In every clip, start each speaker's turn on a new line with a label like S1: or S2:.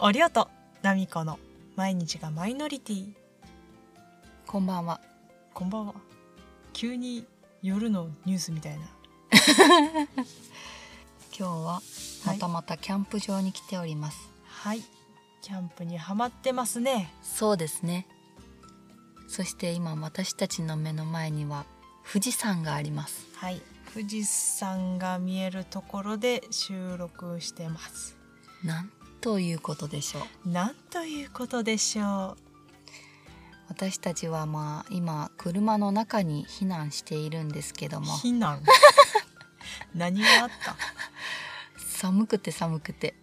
S1: おりょうとナミコの毎日がマイノリティ
S2: こんばんは。
S1: こんばんは急に夜のニュースみたいな
S2: 今日はまたまたキャンプ場に来ております。
S1: はいキャンプにはまってますね
S2: そうですね。そして今私たちの目の前には富士山があります。
S1: はい富士山が見えるところで収録してます
S2: なんということでしょう。
S1: なんということでしょ
S2: 私たちはまあ今車の中に避難しているんですけど
S1: う
S2: も、
S1: 避難 何があった
S2: 寒くて寒くて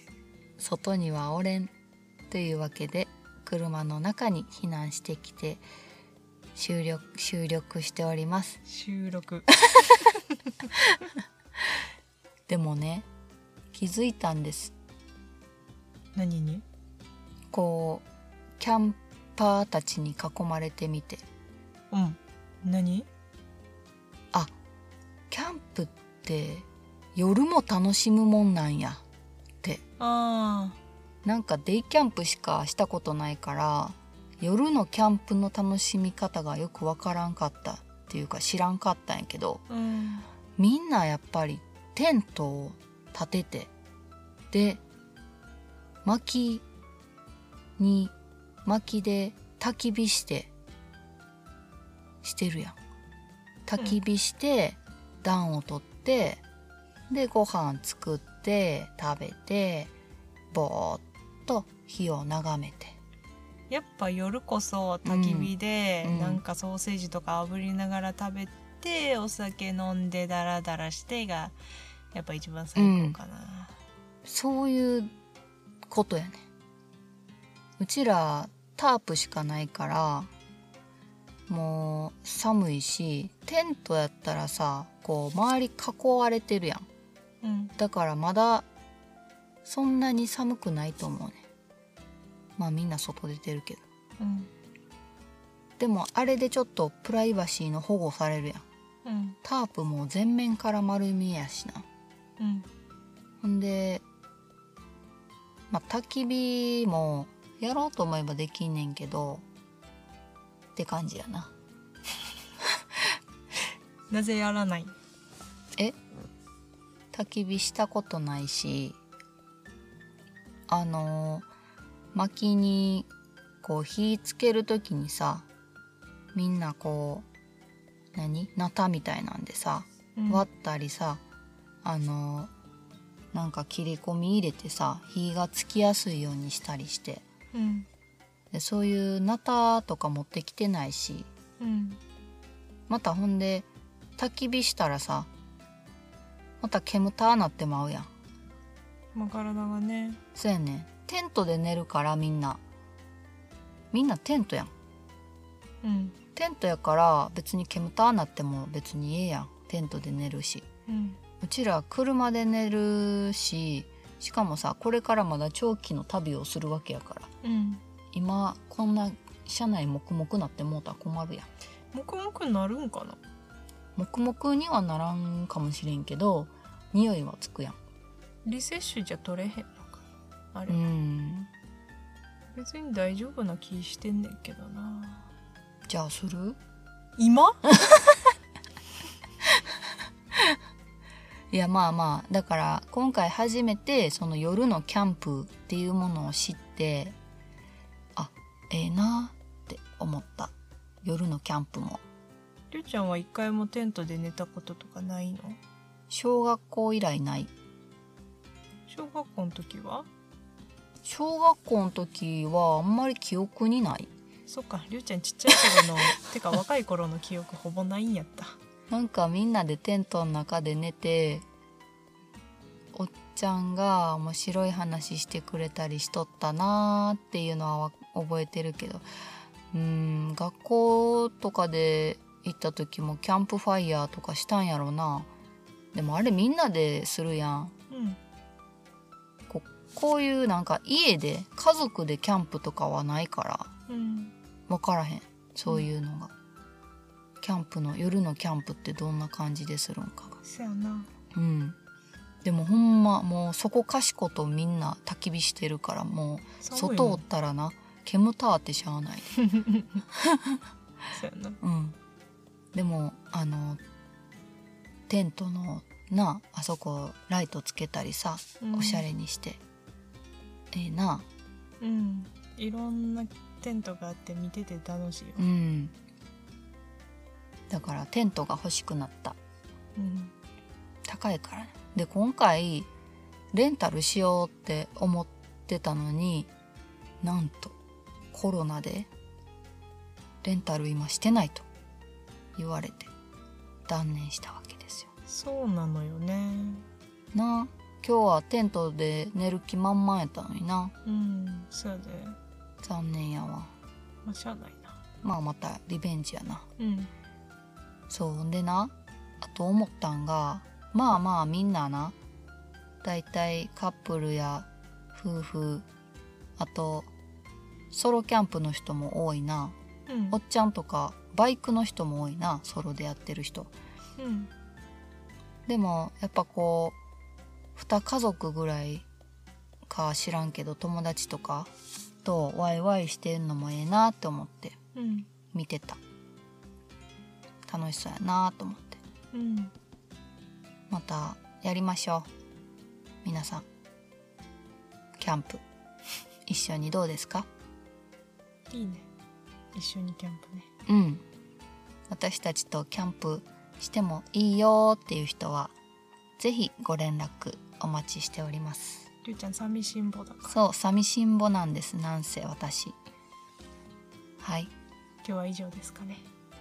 S2: 外にはおれんというわけで車の中に避難してきて収録収録しております。
S1: 収録
S2: でもね気づいたんです
S1: 何に
S2: こうキャンパーたちに囲まれてみて
S1: うん何
S2: キャンプって夜も楽しむもんなんやって
S1: あ
S2: なんかデイキャンプしかしたことないから夜のキャンプの楽しみ方がよくわからんかったっていうか知らんかったんやけど
S1: あうん
S2: みんなやっぱりテントを立ててで薪に薪で焚き火してしてるやん焚き火して暖を取ってでご飯作って食べてぼーっと火を眺めて
S1: やっぱ夜こそ焚き火で、
S2: うんうん
S1: なんかソーセージとか炙りながら食べてお酒飲んでダラダラしてがやっぱ一番最高かな、
S2: そういうことやねうちらタープしかないからもう寒いしテントやったらさこう周り囲われてるやん
S1: うん
S2: だからまだそんなに寒くないと思うねまあみんな外出てるけど
S1: うん
S2: でもあれでちょっとプライバシーの保護されるやん
S1: うん
S2: タープも全面から丸見えやしな
S1: うん
S2: ほんで、まあ、焚き火もやろうと思えばできんねんけどって感じやな
S1: なぜやらない
S2: 焚き火したことないしあの薪にこう火つける時にさみんなこう何ナタみたいなんでさ割ったりさあのなんか切り込み入れてさ火がつきやすいようにしたりして
S1: うん
S2: でそういうナタとか持ってきてないし
S1: うん
S2: またほんで焚き火したらさまた煙たなってまうやん
S1: まあ体がね
S2: そうやねんテントで寝るからみんなみんなテントやん
S1: うん
S2: テントやから別に煙たなっても別にええやんテントで寝るし
S1: うん
S2: うちら車で寝るししかもさこれからまだ長期の旅をするわけやから
S1: うん
S2: 今こんな車内黙々なってもうたら困るやん
S1: 黙々なるんかな
S2: 黙々にはならんかもしれんけど匂いはつくやん
S1: リセッシュじゃ取れへんのかあれ、
S2: うん
S1: 別に大丈夫な気してんねんけどな
S2: じゃあする
S1: 今
S2: いやまあまあだから今回初めてその夜のキャンプっていうものを知ってあええなって思った夜のキャンプも
S1: りゅうちゃんは一回もテントで寝たこととかないの
S2: 小学校以来ない
S1: 小学校の時は
S2: 小学校の時はあんまり記憶にない
S1: そっかりゅうちゃんちっちゃい 頃のてか若い頃の記憶ほぼないんやった
S2: なんかみんなでテントの中で寝ておっちゃんが面白い話してくれたりしとったなーっていうのはわ覚えてるけどうーん学校とかで行った時もキャンプファイヤーとかしたんやろなでもあれみんなでするやん
S1: うん
S2: ここういうなんか家で家族でキャンプとかはないから
S1: うん
S2: 分からへんそういうのが、キャンプの夜のキャンプってどんな感じでするんかが
S1: そやな
S2: うんでもほんまもうそこかしことみんな焚き火してるからもう
S1: 寒い
S2: 外お
S1: も
S2: っ
S1: ん
S2: たらな煙たあってしゃあないで
S1: そうやな
S2: うんでもあのテントのなあそこライトつけたりさ
S1: うん
S2: おしゃれにして、ええな
S1: うんいろんなテントがあって見てて楽しいよ
S2: うんだからテントが欲しくなった
S1: うん
S2: 高いからねで今回レンタルしようって思ってたのになんとコロナでレンタル今してないと言われて断念したわけですよ
S1: そうなのよね
S2: なあ今日はテントで寝る気満々やったのにな
S1: うんそうやで
S2: 残念やわ
S1: まあしゃあないな
S2: まあまたリベンジやな
S1: うん
S2: そうほんでなあと思ったんがまあまあみんななだいたいカップルや夫婦あとソロキャンプの人も多いな
S1: うん
S2: おっちゃんとかバイクの人も多いなソロでやってる人
S1: うん
S2: でもやっぱこう2家族ぐらいか知らんけど友達とかとワイワイしてんのもええなって思って
S1: うん
S2: 見てた楽しそうやなと思って
S1: うん
S2: またやりましょう皆さんキャンプ一緒にどうですか
S1: いいね一緒にキャンプね
S2: うん私たちとキャンプしてもいいよっていう人はぜひご連絡お待ちしております
S1: りゅうちゃん寂しんぼだから
S2: そう寂しんぼなんですなんせ私はい
S1: 今日は以上ですかね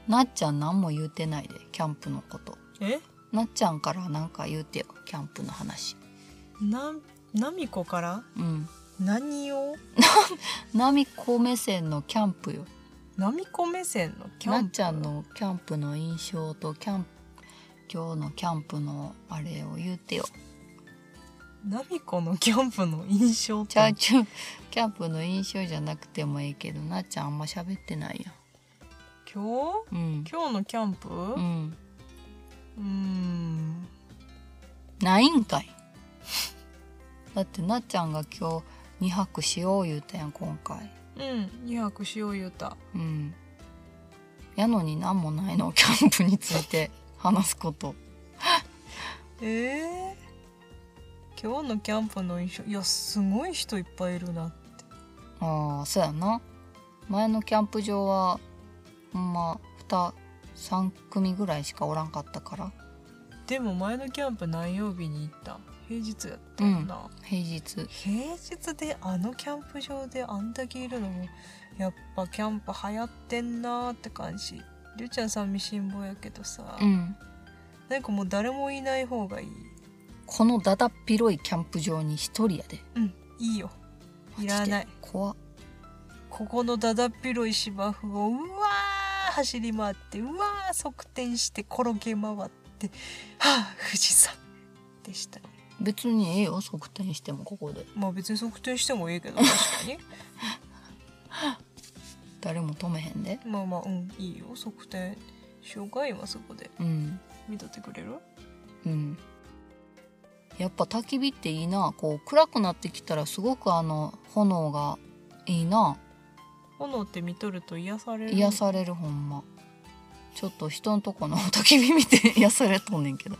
S2: なっちゃん何も言うてないでキャンプのこと
S1: え
S2: なっちゃんからなんか言うてよキャンプの話
S1: ななみこから
S2: うん
S1: 何を
S2: なみこ目線のキャンプよ
S1: なみこ目線のキャン
S2: な
S1: プ
S2: っちゃんのキャンプの印象とキャンプ今日のキャンプのあれを言うてよ
S1: なみこのキャンプの印象って
S2: チャーチュー キャンプの印象じゃなくてもいいけどなっちゃんあんま喋ってないや
S1: 今
S2: んうん
S1: 日今日のキャンプ
S2: う
S1: うんーん
S2: ないんかいだってなっちゃんが今日2泊しよう言うたやん今回
S1: うん二泊しよう言うた
S2: うんやのになんもないのキャンプについて話すこと
S1: えー、今日のキャンプの印象いやすごい人いっぱいいるな
S2: ああそうやな前のキャンプ場はほんま23組ぐらいしかおらんかったから
S1: でも前のキャンプ何曜日に行った平日やったよな、
S2: 平日
S1: 平日であのキャンプ場であんだけいるのもやっぱキャンプ流行ってんなーって感じりゅうちゃん寂しんぼやけどさ、
S2: うん
S1: なんかもう誰もいない方がいい
S2: このだだっ広いキャンプ場に一人やで
S1: うんいいよいらない
S2: 怖っ
S1: ここのだだっ広い芝生をうわー走り回ってうわー側転して転げ回ってはあ富士山でした
S2: 別にええよ測定してもここで
S1: まあ別に側転してもい いけど確かに
S2: 誰も止めへんで
S1: まあまあうんいいよ側転しようか今そこで
S2: うん
S1: 見とってくれる
S2: うんやっぱ焚き火っていいなこう暗くなってきたらすごくあの炎がいいな
S1: 炎って見とると癒される
S2: 癒されるほんまちょっと人のとこの焚き火見て 癒されとんねんけど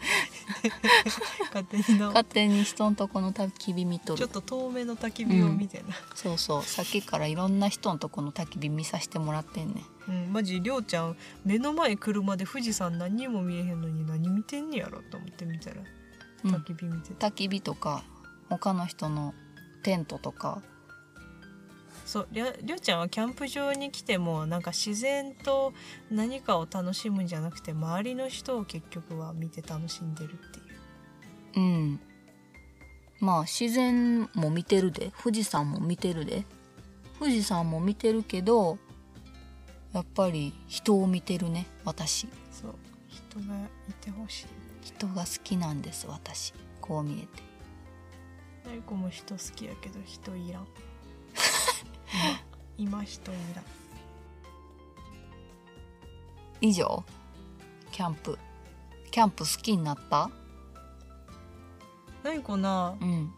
S1: 勝手にな
S2: 勝手に人のとこの焚き火見と
S1: ちょ
S2: る
S1: っと透明の焚き火を見てな、
S2: そうそうさっきからいろんな人のとこの焚き火見させてもらってんねん
S1: うんマジりょうちゃん目の前車で富士山何にも見えへんのに何見てんねやろと思って見たら
S2: うん
S1: 焚き火見てた、
S2: 焚き火とか他の人のテントとか
S1: そうりょりょうちゃんはキャンプ場に来てもなんか自然と何かを楽しむんじゃなくて周りの人を結局は見て楽しんでるっていう
S2: うんまあ自然も見てるで富士山も見てるで富士山も見てるけどやっぱり人を見てるね私
S1: そう人がいてほしい
S2: 人が好きなんです私こう見えて
S1: なゆこも人好きやけど人いら ん今今人いらん
S2: 以上キャンプキャンプ好きになった
S1: 何こな
S2: うん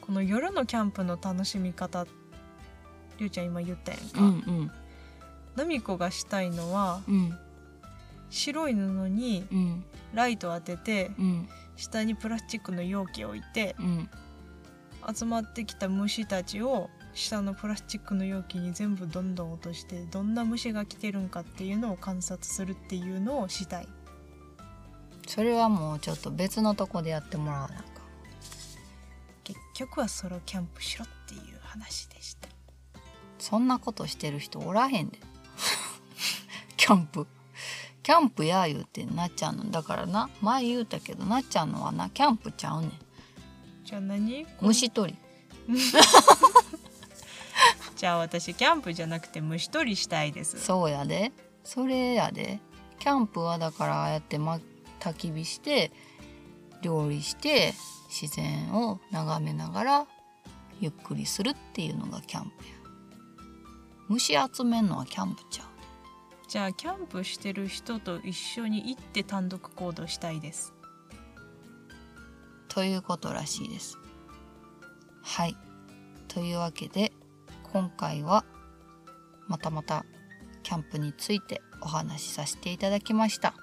S1: この夜のキャンプの楽しみ方りゅうちゃん今言ったやん
S2: う
S1: か、
S2: んうん
S1: ナミコがしたいのは
S2: うん
S1: 白い布に
S2: うん
S1: ライト当てて
S2: うん
S1: 下にプラスチックの容器を置いて
S2: うん
S1: 集まってきた虫たちを下のプラスチックの容器に全部どんどん落としてどんな虫が来てるんかっていうのを観察するっていうのをしたい
S2: それはもうちょっと別のとこでやってもらわなあかん
S1: 結局はソロキャンプしろっていう話でした
S2: そんなことしてる人おらへんで キャンプキャンプや言うてなっちゃんのだからな前言うたけどなっちゃんのはなキャンプちゃうねん
S1: じゃあ何
S2: 虫取り
S1: じゃあ私キャンプじゃなくて虫取りしたいです
S2: そうやでそれやでキャンプはだからああやって、ま、焚き火して料理して自然を眺めながらゆっくりするっていうのがキャンプや虫集めんのはキャンプちゃう
S1: じゃあキャンプしてる人と一緒に行って単独行動したいです
S2: ということらしいです。はい。というわけで、今回は、またまた、キャンプについてお話しさせていただきました。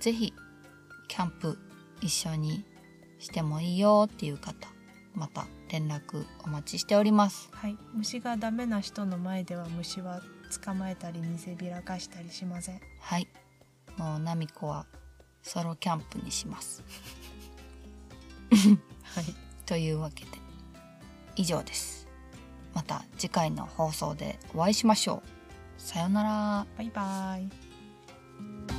S2: ぜひ、キャンプ一緒にしてもいいよっていう方、また連絡お待ちしております。
S1: はい虫がダメな人の前では虫は捕まえたり見せびらかしたりしません
S2: はい。もう、ナミコはソロキャンプにします。
S1: はい
S2: というわけで以上ですまた次回の放送でお会いしましょうさようなら
S1: バイバイ